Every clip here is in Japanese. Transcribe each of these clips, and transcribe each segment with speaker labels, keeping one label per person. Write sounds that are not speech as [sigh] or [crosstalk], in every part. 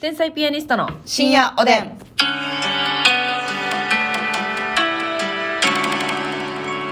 Speaker 1: 天才ピアニストの
Speaker 2: 深夜おでん。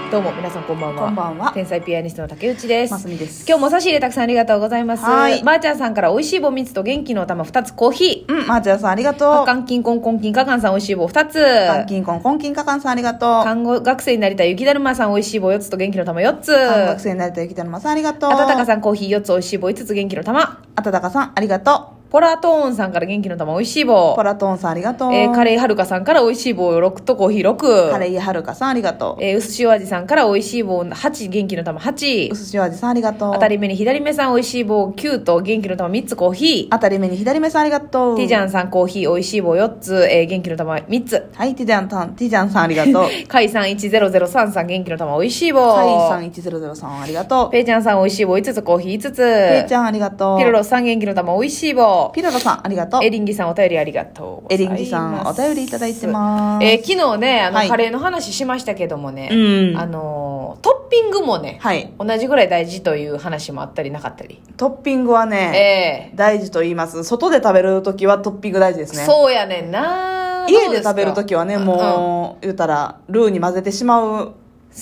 Speaker 1: どうも皆さんこんばんは
Speaker 2: こんばんは
Speaker 1: 天才ピアニストの竹内です、
Speaker 2: ますみです
Speaker 1: 今日も差し入れたくさんありがとうございます
Speaker 2: はい
Speaker 1: まーちゃんさんから美味しい棒3つと元気の玉2つコーヒー
Speaker 2: うん、まーちゃんさんありが
Speaker 1: カ
Speaker 2: とう。
Speaker 1: カンキンコンコンキンカカンさん美味しい棒2つ
Speaker 2: カンキンコン、コンキンカカンさんありがとう。
Speaker 1: 看護学生になりたい雪だるまさん美味しい棒4つと元気の玉4つ
Speaker 2: 韓学生になりたいきたのまさんありがとう。
Speaker 1: あたたかさんコーヒー4つ美味しい棒5つ元気の玉
Speaker 2: あたたかさんありがと。
Speaker 1: ポラトーンさんから元気の玉美味しいう棒
Speaker 2: ポラトーンさんありがとう。
Speaker 1: えーカレーはるかさんから美味しい棒6とコーヒー
Speaker 2: カレ
Speaker 1: 6
Speaker 2: イはるかさんありがと
Speaker 1: えー、うすしお味さんから美味しい棒8元気の玉
Speaker 2: う。う
Speaker 1: 8
Speaker 2: すしお味さんありがとう。
Speaker 1: 当たり目に左目さん美味しい棒9と元気の玉3つコーヒー
Speaker 2: 当たり目に左目さんありがとう。
Speaker 1: ティジャンさんコーヒー美味しい棒4つ、えー元気の玉3つ
Speaker 2: はい、ティジャンさん、ティジャンさんあ
Speaker 1: [laughs]
Speaker 2: りがとう。
Speaker 1: カイさん10033さん元気の玉美味しい棒
Speaker 2: カイさん1003ありがとう。
Speaker 1: ペイちゃんさん美味しい棒5つコーヒー5つ
Speaker 2: ペイちゃんありがとう。
Speaker 1: ピロロさん元気の玉美味しい棒
Speaker 2: ピロロさんありがとう
Speaker 1: エ。リンギさんお便りありがとう
Speaker 2: エリンギさんお便りいただいてます
Speaker 1: えー昨日ねあの、
Speaker 2: はい
Speaker 1: カレーの話しましたけどもね、
Speaker 2: うん
Speaker 1: あのートッピングもね、
Speaker 2: はい。
Speaker 1: 同じぐらい大事という話もあったりなかったり、
Speaker 2: トッピングはね、
Speaker 1: え
Speaker 2: 大事と言います。外で食べるときはトッピング大事です
Speaker 1: ー
Speaker 2: ね。
Speaker 1: そうやねんな
Speaker 2: 家で食べるときはね、
Speaker 1: う
Speaker 2: もう、言うたら、ルーに混ぜてしまうよね。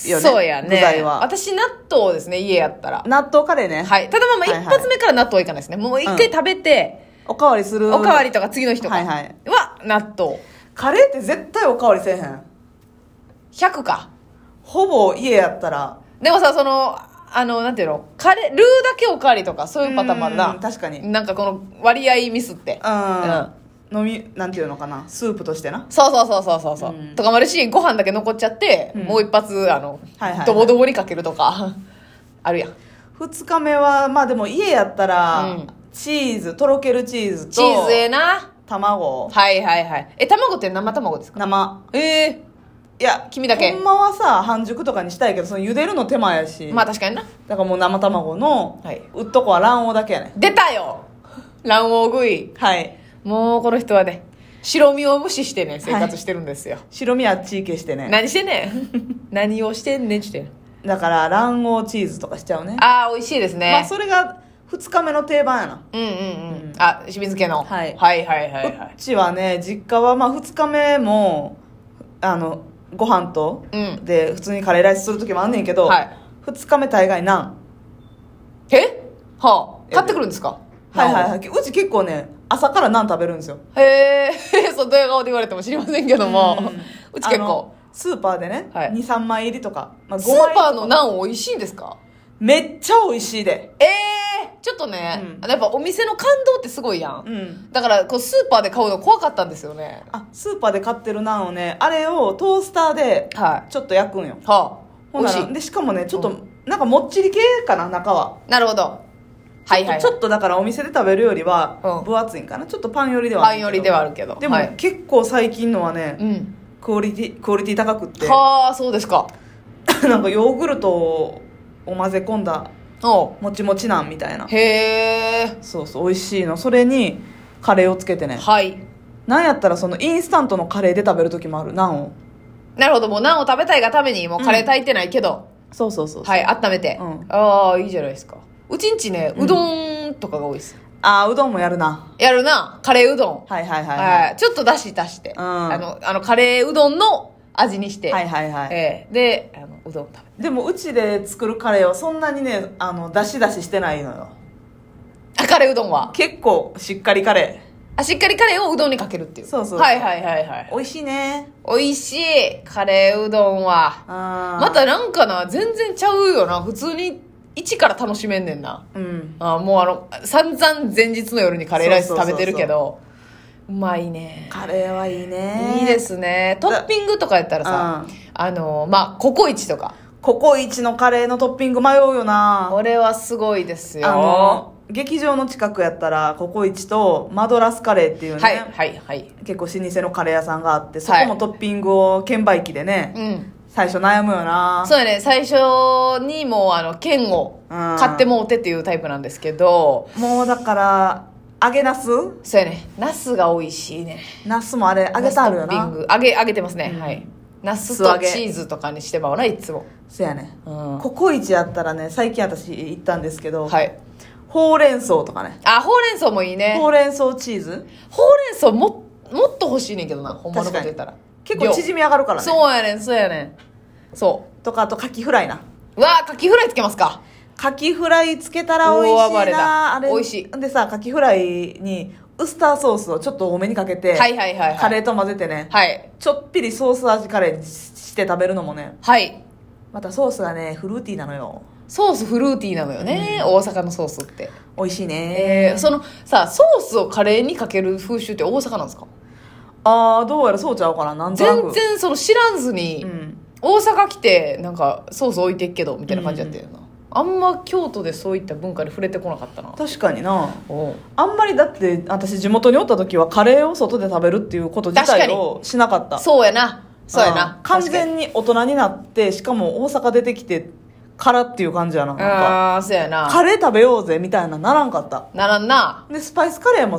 Speaker 1: そうやね
Speaker 2: 具材は。
Speaker 1: 私納豆ですね家やったら
Speaker 2: 納豆カレーね。
Speaker 1: はいただまあまあ
Speaker 2: はいはい
Speaker 1: 一発目から納豆はいかないですね、もう一回食べて、
Speaker 2: おかわりする。
Speaker 1: おかわりとか次の日とか
Speaker 2: はいはい
Speaker 1: 納豆
Speaker 2: カレーって絶対おかわりせえへん。
Speaker 1: 100か
Speaker 2: ほぼ家やったら。
Speaker 1: でもさそのあのなんていうのカレールーだけおかわりとかそういうパターンもある
Speaker 2: う
Speaker 1: なん
Speaker 2: 確かに。
Speaker 1: なんかこの割合ミスって
Speaker 2: うん。飲み、なんていうのかな。スープとしてな。
Speaker 1: そうそうそうそうそうそう、
Speaker 2: うん
Speaker 1: とかもあるしご飯だけ残っちゃって、
Speaker 2: うん
Speaker 1: もう一発あの、
Speaker 2: はいはいはい
Speaker 1: ドボドボにかけるとか [laughs] あるやん
Speaker 2: 二日目は、まあでも家やった
Speaker 1: う
Speaker 2: ら
Speaker 1: ん、
Speaker 2: チーズ、とろけるチーズと、
Speaker 1: チーズええな
Speaker 2: 卵、
Speaker 1: はいはいはいえ卵って生卵ですか
Speaker 2: 生。
Speaker 1: ええ
Speaker 2: いや、
Speaker 1: 君だけ
Speaker 2: ほんまはさ、半熟とかにしたいけど、その茹でるの手間やし。
Speaker 1: まあ確かにな
Speaker 2: だからもう生卵の、
Speaker 1: はいう
Speaker 2: っとこは卵黄だけやね
Speaker 1: 出たよ卵黄食い
Speaker 2: はい
Speaker 1: もうこの人はね白身を無視してね生活してるんですよ、
Speaker 2: 白身あっちいけしてね
Speaker 1: 何してんね
Speaker 2: [laughs]
Speaker 1: ん何をしてんねんちゅって
Speaker 2: だから卵黄チーズとかしちゃうね
Speaker 1: ああ美味しいですね、
Speaker 2: まあそれが2日目の定番やな
Speaker 1: うんうんうんあ清水家の、
Speaker 2: はい
Speaker 1: はいはいはいは
Speaker 2: こ
Speaker 1: い
Speaker 2: っちはね実家はまあ2日目もあのご飯と、
Speaker 1: うん
Speaker 2: で普通にカレーライスする時もあんねんけど、
Speaker 1: はい
Speaker 2: 2日目大概ナン
Speaker 1: えはあ買ってくるんですか
Speaker 2: はいはい
Speaker 1: い
Speaker 2: はいうち結構ね朝からナン食べるんですよ
Speaker 1: へえ、 [laughs] そう、ドヤ顔で言われても知りませんけども、
Speaker 2: う
Speaker 1: うんち結
Speaker 2: あ
Speaker 1: 構
Speaker 2: の。スーパーでね、
Speaker 1: はい
Speaker 2: 23枚入りとか、まあ、
Speaker 1: ス
Speaker 2: 5枚入り
Speaker 1: ー
Speaker 2: とか
Speaker 1: パーのナン美味しいんですか
Speaker 2: めっちゃ美味しいで
Speaker 1: ええちょっとね、
Speaker 2: うん
Speaker 1: あのやっぱお店の感動ってすごいやん。
Speaker 2: うん
Speaker 1: だから、こう、スーパーで買うの怖かったんですよね。
Speaker 2: あスーパーで買ってるナンをねあれをトースターで
Speaker 1: は
Speaker 2: ちょっと焼くんよ
Speaker 1: い。はあ、
Speaker 2: ほ
Speaker 1: 美
Speaker 2: んな
Speaker 1: 味し
Speaker 2: ら
Speaker 1: い。
Speaker 2: でしかもねちょっと、
Speaker 1: う
Speaker 2: なんかもっちり系かな中は
Speaker 1: なるほど。はいはい。
Speaker 2: ちょっとだからお店で食べるより
Speaker 1: う
Speaker 2: は
Speaker 1: ん
Speaker 2: 分厚いんかなちょっとパン寄りでは
Speaker 1: パ
Speaker 2: あ
Speaker 1: ン
Speaker 2: るけど
Speaker 1: よりではあるけど。
Speaker 2: でも、
Speaker 1: はい、
Speaker 2: 結構最近のはね、
Speaker 1: うん。
Speaker 2: クオリティクオリティ高くって
Speaker 1: はあ、そうですか。
Speaker 2: [laughs] なんかヨーグルトを混ぜ込んだ
Speaker 1: おう
Speaker 2: もちもちなんみたいな
Speaker 1: へえ。
Speaker 2: そうそう美味しいのそれにカレーをつけてね
Speaker 1: はい。
Speaker 2: なんやったらそのインスタントのカレーで食べる時もあるナンを
Speaker 1: なるほど、もうナンを食べたいがために、もうカレー炊いてないけど、
Speaker 2: そうそうそうそう、
Speaker 1: はい、温めて。
Speaker 2: うん
Speaker 1: ああ、いいじゃないですか。うちんちね、
Speaker 2: うん
Speaker 1: うどんとかが多いです。
Speaker 2: ああうどんもやるな
Speaker 1: やるな、カレーうどん。
Speaker 2: はいはいはい、はい
Speaker 1: はい、ちょっとだし足して、
Speaker 2: うん
Speaker 1: あの、あの、カレーうどんの味にして、
Speaker 2: はいはいはい、
Speaker 1: ええで、あの、うどん食べる。
Speaker 2: でもうちで作るカレーはそんなにねあの出し出ししてないのよ
Speaker 1: あ、カレーうどんは。
Speaker 2: 結構しっかりカレ
Speaker 1: あ、しっかりカレーをうどんにかけるっていう。
Speaker 2: そうそう
Speaker 1: はいはいはいはい。
Speaker 2: ー美味しいね
Speaker 1: 美味しい、カレーうどんは。
Speaker 2: あー
Speaker 1: またなんかな、全然ちゃうよな。普通に、一から楽しめんねんな。
Speaker 2: うん
Speaker 1: あもうあの、散々前日の夜にカレーライス
Speaker 2: そうそう
Speaker 1: 食
Speaker 2: そう
Speaker 1: べ
Speaker 2: そ
Speaker 1: て
Speaker 2: う
Speaker 1: るけど、うまいね。
Speaker 2: カレーはいいね
Speaker 1: いいですね。トッピングとかやったらさ、
Speaker 2: うん
Speaker 1: あの、まあ、ココイチとか。
Speaker 2: ココイチのカレーのトッピング迷うよな
Speaker 1: これはすごいですよ。
Speaker 2: あの劇場の近くやったらココイチとマドラスカレーっていうね、
Speaker 1: はい、はい、はい。
Speaker 2: 結構老舗のカレー屋さんがあってそこ
Speaker 1: は
Speaker 2: も
Speaker 1: い
Speaker 2: トッピングを券売機でね、
Speaker 1: うん。
Speaker 2: 最初悩むよな
Speaker 1: そうやね、最初にもう、あの、券を
Speaker 2: うん
Speaker 1: 買ってもうてっていうタイプなんですけど、
Speaker 2: もうだから揚げなす
Speaker 1: そうやね、ナスが美味しいね。
Speaker 2: なすもあれ揚げてある
Speaker 1: ナ
Speaker 2: よ
Speaker 1: ストッピン
Speaker 2: な
Speaker 1: グ。揚げ、揚げてますね。
Speaker 2: うん
Speaker 1: はい。ナス
Speaker 2: 素揚
Speaker 1: と
Speaker 2: げ
Speaker 1: チーズとかにしてまうな、いつも。
Speaker 2: そうやね
Speaker 1: うん。
Speaker 2: ココイチやったらね最近私行ったんですけど、
Speaker 1: はい。
Speaker 2: ほうれん草とかね
Speaker 1: あほうれん草もいいね
Speaker 2: ほうれん草チーズ
Speaker 1: ほうれん草ももっと欲しいねんけどなほんまのこと言ったら
Speaker 2: 結構縮み上がるからね
Speaker 1: そうやねんそうやねんそ
Speaker 2: とかあとカキフライな
Speaker 1: ううわーカキフライつけますか
Speaker 2: カキフライつけたら美味
Speaker 1: 大暴
Speaker 2: しい
Speaker 1: れだ
Speaker 2: なあれ
Speaker 1: 美味しい
Speaker 2: でさカキフライにウスターソースをちょっと多めにかけて、
Speaker 1: はいはいはいはい
Speaker 2: カレーと混ぜてね、
Speaker 1: はい
Speaker 2: ちょっぴりソース味カレーにして食べるのもね
Speaker 1: はい
Speaker 2: またソースがねフルーティーなのよ
Speaker 1: ソースフルーティーなのよね、大阪のソースって
Speaker 2: 美味しいね
Speaker 1: えー、そのさソースをカレーにかける風習って大阪なんですか
Speaker 2: ああどうやらそうちゃうかななんとな
Speaker 1: 全
Speaker 2: く
Speaker 1: 然その知らんずに、
Speaker 2: うん
Speaker 1: 大阪来てなんかソース置いてっけどみたいな感じやったよな、あんま京都でそういった文化に触れてこなかったな
Speaker 2: 確かにな
Speaker 1: おう
Speaker 2: あんまりだって私地元におった時はカレーを外で食べるっていうこと自体をしなかった
Speaker 1: そうやなそうやな
Speaker 2: あー完
Speaker 1: 確かに
Speaker 2: 全に大人になってしかも大阪出てきてからっていう感じやななんか
Speaker 1: ああーそうやな
Speaker 2: カレー食べようぜみたいなならんかった
Speaker 1: ならんな
Speaker 2: でスパイスカレーも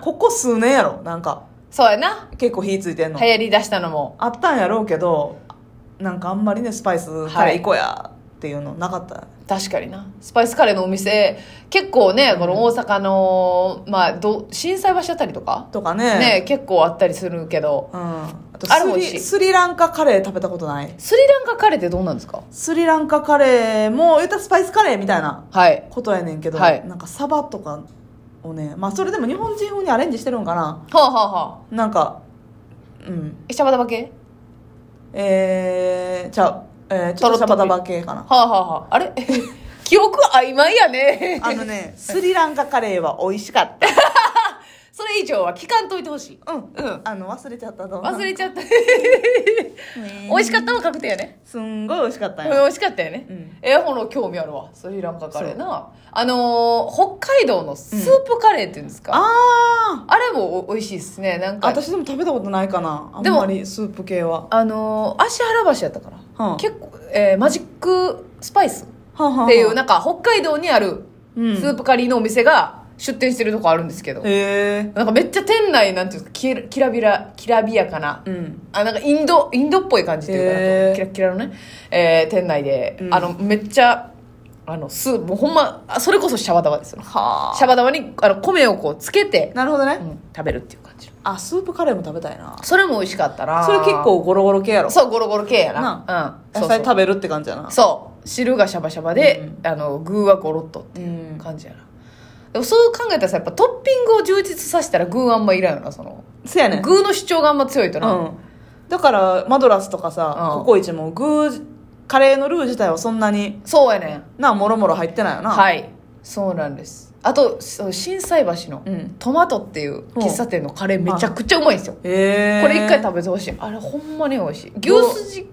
Speaker 1: うん
Speaker 2: ここ数年やろなんか
Speaker 1: そうやな
Speaker 2: 結構火ついてんの
Speaker 1: 流行り出したのも
Speaker 2: あったんやろうけどなんかあんまりねスパイスカレー行こうやっていうのなかった、
Speaker 1: 確かになスパイスカレーのお店結構ねこの大阪の、まあど震災橋あたりとか
Speaker 2: とかね
Speaker 1: ね結構あったりするけど
Speaker 2: うん、あと
Speaker 1: あれ
Speaker 2: ス
Speaker 1: 美
Speaker 2: リ
Speaker 1: 味しい
Speaker 2: スリランカカレー食べたことない
Speaker 1: スリランカカレーってどうなんですか
Speaker 2: スリランカカレーも言ったらスパイスカレーみたいな
Speaker 1: はい
Speaker 2: ことやねんけど、
Speaker 1: はい
Speaker 2: なんかサバとかをねまあそれでも日本人風にアレンジしてるんかな
Speaker 1: はあはあはあ
Speaker 2: なんかうん
Speaker 1: えシャバダバ系
Speaker 2: えー、じゃあ、えー、ちょっとシャバダバ系かな
Speaker 1: はあはあはああれ [laughs] 記憶曖昧やね
Speaker 2: あのねスリランカカレーは美味しかっ
Speaker 1: [laughs] それ以上は聞かんといてほしい
Speaker 2: たうん
Speaker 1: うん
Speaker 2: あの忘れちゃったと
Speaker 1: 忘れちゃ
Speaker 2: [laughs]
Speaker 1: った
Speaker 2: ね
Speaker 1: 美味しかったの確定やね
Speaker 2: すんごい美味しかった
Speaker 1: 美
Speaker 2: よ
Speaker 1: 味しかったよね、
Speaker 2: うん
Speaker 1: えほの興味あるわスリランカカレーなあのー北海道のスープカレーっていうんですか、
Speaker 2: あ
Speaker 1: あれもお美味しいですねなん
Speaker 2: あ
Speaker 1: か
Speaker 2: 私でも食べたことないかなあん
Speaker 1: でも
Speaker 2: まりスープ系は
Speaker 1: あのー芦原橋やったかな、
Speaker 2: はあ
Speaker 1: 結構、えーマジックスパイスっ
Speaker 2: って
Speaker 1: いうなんか北海道にあるス
Speaker 2: うん
Speaker 1: ープカリーのお店が出店してるとこあるんですけど、
Speaker 2: へえ
Speaker 1: なんかめっちゃ店内なんていうんですかきらきらびらきらびやかな、
Speaker 2: うん
Speaker 1: あなんかインドインドっぽい感じっていうか
Speaker 2: へ
Speaker 1: な
Speaker 2: ー
Speaker 1: キラキラのね、えー店内で、
Speaker 2: うん
Speaker 1: あのめっちゃあのスープもうほんまあそれこそシャバダバですよ
Speaker 2: は
Speaker 1: シャバダバにあの米をこうつけて、
Speaker 2: なるほどね、
Speaker 1: うん食べるっていう感じの
Speaker 2: あスープカレーも食べたいな
Speaker 1: それも美味しかったな
Speaker 2: それ結構ゴロゴロ系やろ
Speaker 1: そうゴロゴロ系やなうん
Speaker 2: 野菜
Speaker 1: そうそう
Speaker 2: 食べるって感じやな
Speaker 1: そう汁がシャバシャバで、あの具はゴロっとって
Speaker 2: う
Speaker 1: いうん感じやなでもそう考えたらさやっぱトッピングを充実させたら具あんまいらんよなその
Speaker 2: せやねん
Speaker 1: 具の主張があんま強いとな、
Speaker 2: うんだからマドラスとかさ、
Speaker 1: うん
Speaker 2: ココイチも具カレーのルー自体はそんなに
Speaker 1: そうやねん
Speaker 2: なもろもろ入ってないよな
Speaker 1: はいいそうなんですあとそう心斎橋の
Speaker 2: うん
Speaker 1: トマトっていう喫茶店のカレーめちゃくちゃうまいんですよ、
Speaker 2: へえ
Speaker 1: これ一回食べてほしいあれほんまに美味しい牛すじ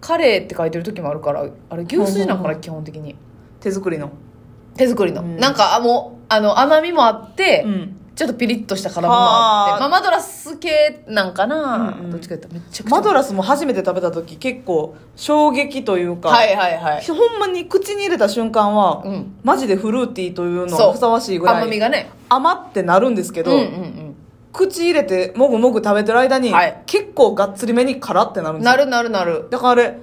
Speaker 1: カレーって書いてる時もあるからあれ牛すじなんか
Speaker 2: う
Speaker 1: な基本的に
Speaker 2: 手作りの
Speaker 1: 手作りの、
Speaker 2: うん
Speaker 1: なんかあもうあの甘みもあって、
Speaker 2: うん
Speaker 1: ちょっとピリッとした辛みもあっ
Speaker 2: あー
Speaker 1: てまあ、マドラス系なんかな、
Speaker 2: うんうん
Speaker 1: どっちか言ったらめちゃくちゃ
Speaker 2: マドラスも初めて食べた時結構衝撃というか、
Speaker 1: はいはいはい
Speaker 2: ほんまに口に入れた瞬間は、
Speaker 1: うん
Speaker 2: マジでフルーティーというの
Speaker 1: そ
Speaker 2: が
Speaker 1: う
Speaker 2: ふさわしいぐら
Speaker 1: 甘み
Speaker 2: い
Speaker 1: がね
Speaker 2: 甘ってなるんですけ
Speaker 1: う
Speaker 2: ど、
Speaker 1: んうんうん
Speaker 2: 口入れてもぐもぐ食べてる間に、
Speaker 1: はい
Speaker 2: 結構がっつりめに辛ってなるんですよ
Speaker 1: なるなるなる
Speaker 2: だからあれ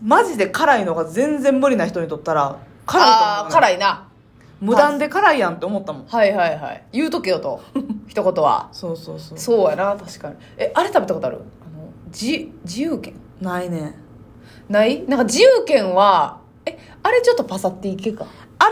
Speaker 2: マジで辛いのが全然無理な人にとったら辛いと思
Speaker 1: あ
Speaker 2: うの
Speaker 1: あ
Speaker 2: ね
Speaker 1: ー辛いな
Speaker 2: 無断で辛いやんって思ったもん
Speaker 1: はいはいはい言うとけよ
Speaker 2: [laughs]
Speaker 1: と一言は
Speaker 2: そうそうそう
Speaker 1: そうやな確かにえあれ食べたことあるあのじ自由券
Speaker 2: ないね
Speaker 1: ないなんか自由券はえあれちょっとパサっていけか
Speaker 2: あれ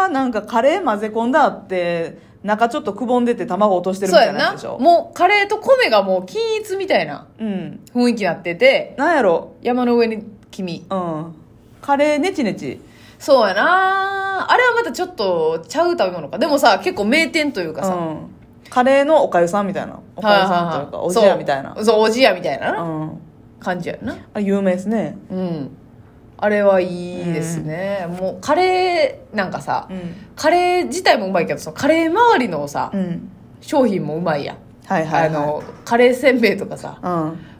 Speaker 2: はなんかカレー混ぜ込んだって中ちょっとくぼんでて卵落としてるみ
Speaker 1: そう
Speaker 2: た
Speaker 1: や
Speaker 2: いな
Speaker 1: な
Speaker 2: やつでしょ
Speaker 1: もうカレーと米がもう均一みたいな
Speaker 2: うん
Speaker 1: 雰囲気になってて
Speaker 2: なんやろ
Speaker 1: 山の上に君
Speaker 2: うんカレーネチネチ
Speaker 1: そうやなあれはまたちょっとちゃう食べ物かでもさ結構名店という
Speaker 2: う
Speaker 1: かさ、
Speaker 2: んカレーのおかゆさんみたいなおかゆさんというかおじやみたいな
Speaker 1: そうそうおじやみたいなな
Speaker 2: うん
Speaker 1: 感じやな
Speaker 2: あれ有名ですね
Speaker 1: うんあれはいいですね、もうカレーなんかさ、
Speaker 2: うん
Speaker 1: カレー自体もうまいけどそのカレー周りのさ、
Speaker 2: うん
Speaker 1: 商品もうまいやん、
Speaker 2: はいはいはい
Speaker 1: あのカレーせんべいとかさ
Speaker 2: うん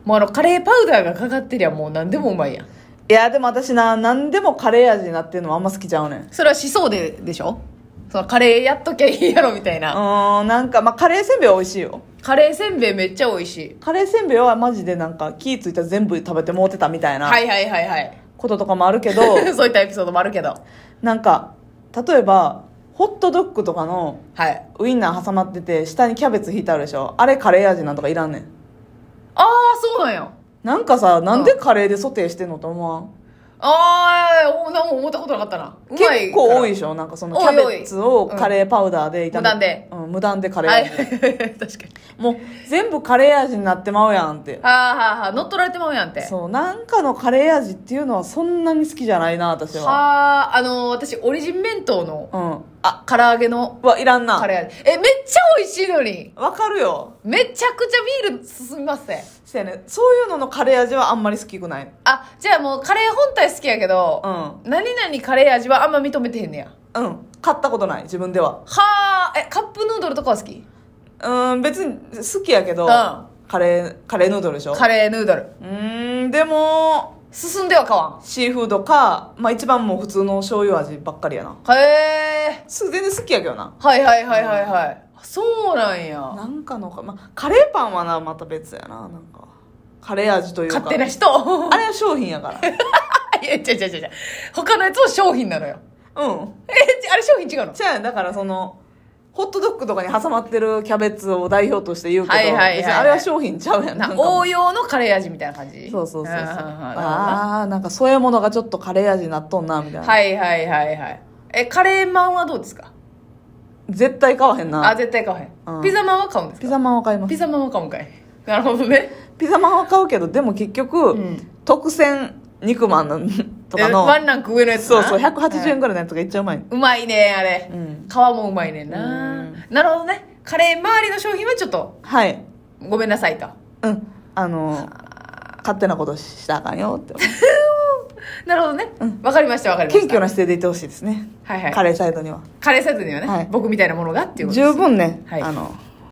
Speaker 1: もうあのカレーパウダーがかかってりゃもう何でもうまいやん
Speaker 2: いやでも私な何でもカレー味になってるのもあんま好きちゃうねんう
Speaker 1: それは思想ででしょそのカレーやっときゃいいやろみたいな、
Speaker 2: ーんなんかまあカレーせんべいは美味しいよ
Speaker 1: カレーせんべいめっちゃ美味しい
Speaker 2: カレーせんべいはマジでなんか気ぃついたら全部食べてもうてたみたいな
Speaker 1: はいはいはいはい
Speaker 2: [laughs]
Speaker 1: [laughs]
Speaker 2: こととかもあるけど、
Speaker 1: そういったエピソードもあるけど
Speaker 2: なんか例えばホットドッグとかの
Speaker 1: はい
Speaker 2: ウインナー挟まってて下にキャベツ引いてあるでしょあれカレー味なんとかいらんねん
Speaker 1: ああそうなんや
Speaker 2: なんかさなんでカレーでソテーしてんのと思わん
Speaker 1: ああなんも思ったことなかったなうまい
Speaker 2: 結構多い
Speaker 1: い
Speaker 2: でしょなんかそのキ
Speaker 1: 多い
Speaker 2: ャベツをカレーパウダーで
Speaker 1: 無
Speaker 2: 炒めて
Speaker 1: 断で、
Speaker 2: うん、無断でカレー
Speaker 1: はい [laughs]
Speaker 2: 味、
Speaker 1: 確かに
Speaker 2: もう全部カレー味になってまうやんって
Speaker 1: ああはあはあ乗っ取られてまうやんって
Speaker 2: そうなんかのカレー味っていうのはそんなに好きじゃないな私は
Speaker 1: はああのー私オリジン弁当の
Speaker 2: うん
Speaker 1: あ唐揚げの
Speaker 2: はいらんな
Speaker 1: カレー味えめっちゃ美味しいのに
Speaker 2: わかるよ
Speaker 1: めちゃくちゃビール進みますね
Speaker 2: そうやねそういうののカレー味はあんまり好きくない
Speaker 1: あじゃあもうカレー本体好きやけど、
Speaker 2: うん
Speaker 1: 何々カレー味はあんま認めてへんねや
Speaker 2: うん買ったことない自分では
Speaker 1: はあえカップヌードルとかは好き
Speaker 2: うん別に好きやけど、
Speaker 1: うん
Speaker 2: カレーカレーヌードルでしょ
Speaker 1: カレーヌードル
Speaker 2: うーんでも
Speaker 1: 進んでは買わ
Speaker 2: シーフードか、まあ、一番もう普通の醤油味ばっかりやなん
Speaker 1: へえ
Speaker 2: す全然好きやけどな
Speaker 1: はいはいはいはいはい、そうなんや
Speaker 2: なんかのか、まあ、カレーパンはなまた別やななんかカレー味というか
Speaker 1: 勝手な人あ
Speaker 2: あれは商品やから
Speaker 1: [laughs] いや違う違う違う違う他のやつは商品なのよ
Speaker 2: うん
Speaker 1: えちあれ商品違うの
Speaker 2: じゃあだからそのホットドッグとかに挟まってるキャベツを代表として言うけど、
Speaker 1: はいはいはいはい
Speaker 2: 別にあれは商品ちゃうやん
Speaker 1: な
Speaker 2: なんかもう
Speaker 1: 応用のカレー味みたいな感じ
Speaker 2: そうそうそうそ
Speaker 1: あ
Speaker 2: う
Speaker 1: あ
Speaker 2: ああーなんかそういうものがちょっとカレー味になっとんなみたいな、
Speaker 1: はいはいはいはいえカレーマンはどうですか
Speaker 2: 絶対買わへん
Speaker 1: あ
Speaker 2: な
Speaker 1: 絶対買わへん、
Speaker 2: うん
Speaker 1: ピザマンは買うんです
Speaker 2: ピ
Speaker 1: か
Speaker 2: ザマンは買います
Speaker 1: ピザマンは買うんかいなるほどね
Speaker 2: ピザマンは買うけどでも結局、
Speaker 1: うん
Speaker 2: 特選肉まん [laughs] なんとか
Speaker 1: え
Speaker 2: の
Speaker 1: ワンランク上のやつ
Speaker 2: そ
Speaker 1: な
Speaker 2: うそう180円
Speaker 1: はい
Speaker 2: ぐらいのやつがいっちゃうまい、
Speaker 1: うまいねあれ、
Speaker 2: うん
Speaker 1: 皮もうまいねんな、なるほどねカレー周りの商品はちょっと
Speaker 2: はい
Speaker 1: ごめんなさいと
Speaker 2: うんあの勝手なことしたらあかんよって
Speaker 1: なるほどねわ、かりましたわ
Speaker 2: [laughs]
Speaker 1: かりま
Speaker 2: 謙
Speaker 1: した
Speaker 2: 虚な姿勢でいてほしいですね、
Speaker 1: はいはい
Speaker 2: カレーサイドには
Speaker 1: カレーサイズにはね、
Speaker 2: はい
Speaker 1: 僕みたいなものがっていうことです
Speaker 2: 十分ね、
Speaker 1: はい
Speaker 2: あの